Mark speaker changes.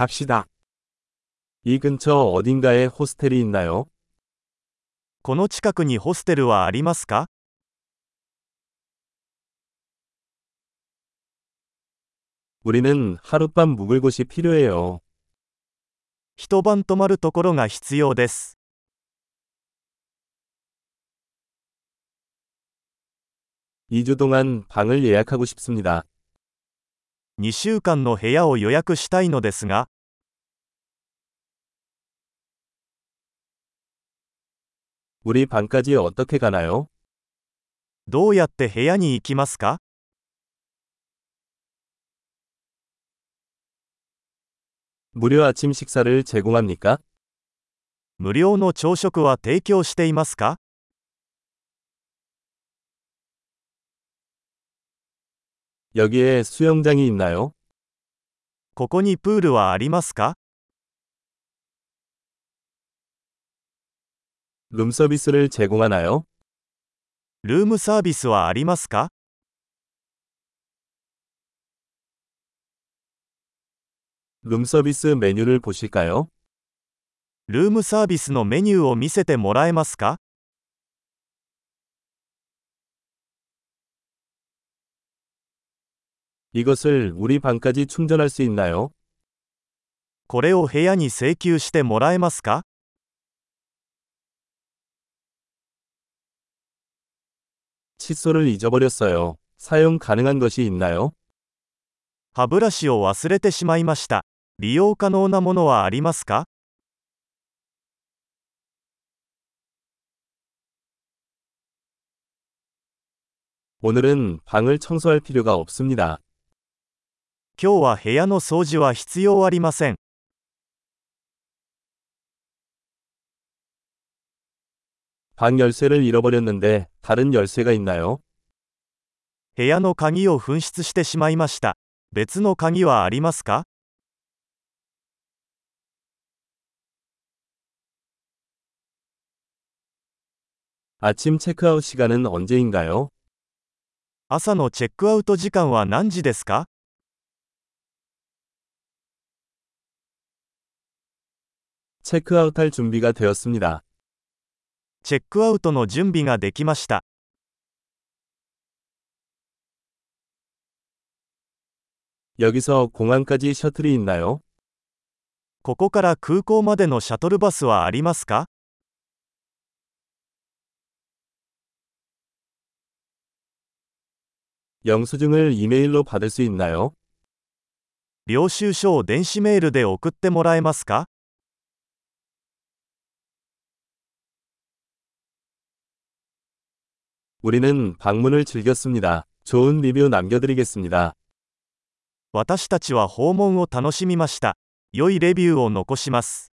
Speaker 1: 갑시다. 이 근처 어딘가에 호스텔이 있나요?
Speaker 2: この近くにホステルはありますか
Speaker 1: 우리는 하룻밤 묵을 곳이 필요해요.
Speaker 2: 一晩泊まるところが必要です。
Speaker 1: 2주 동안 방을 예약하고 싶습니다.
Speaker 2: 2週間の部屋を予約したいのですが、
Speaker 1: 우리 방까지 어떻게 가나요?
Speaker 2: どうやって部屋に行きますか
Speaker 1: 무료 아침 식사를 제공합니까?
Speaker 2: 無料の朝食は提供していますか
Speaker 1: 여기에 수영장이 있나요?
Speaker 2: ここにプールはありますか
Speaker 1: 룸서비스를 제공하나요?
Speaker 2: ルームサービスはありますか
Speaker 1: 룸서비스 메뉴를 보실까요?
Speaker 2: ルームサービスのメニューを見せてもらえますか
Speaker 1: 이것을 우리 방까지 충전할 수 있나요?
Speaker 2: これを部屋に請求してもらえますか
Speaker 1: 칫솔을 잊어버렸어요. 사용 가능한 것이 있나요?
Speaker 2: 歯ブラシを忘れてしまいました。利用可能なものはありますか
Speaker 1: 오늘은 방을 청소할 필요가 없습니다.
Speaker 2: 今日は部屋の掃除は必要ありません。
Speaker 1: 방 열쇠를 잃어버렸는데 다른 열쇠가 있나요?
Speaker 2: 部屋の鍵を紛失してしまいました。別の鍵はありますか
Speaker 1: 아침 체크아웃 시간은 언제인가요?
Speaker 2: 朝のチェックアウト時間は何時ですか
Speaker 1: 체크아웃할 준비가 되었습니다.
Speaker 2: チェックアウトの準備ができました。
Speaker 1: 여기서 공항까지 셔틀이 있나요?
Speaker 2: ここから空港までのシャトルバスはありますか
Speaker 1: 영수증을 이메일로 받을 수 있나요?
Speaker 2: 領収書を電子メールで送ってもらえますか
Speaker 1: 우리는 방문을 즐겼습니다. 좋은 리뷰 남겨드리겠습니다.
Speaker 2: 私たちは訪問を楽しみました。良いレビューを残します。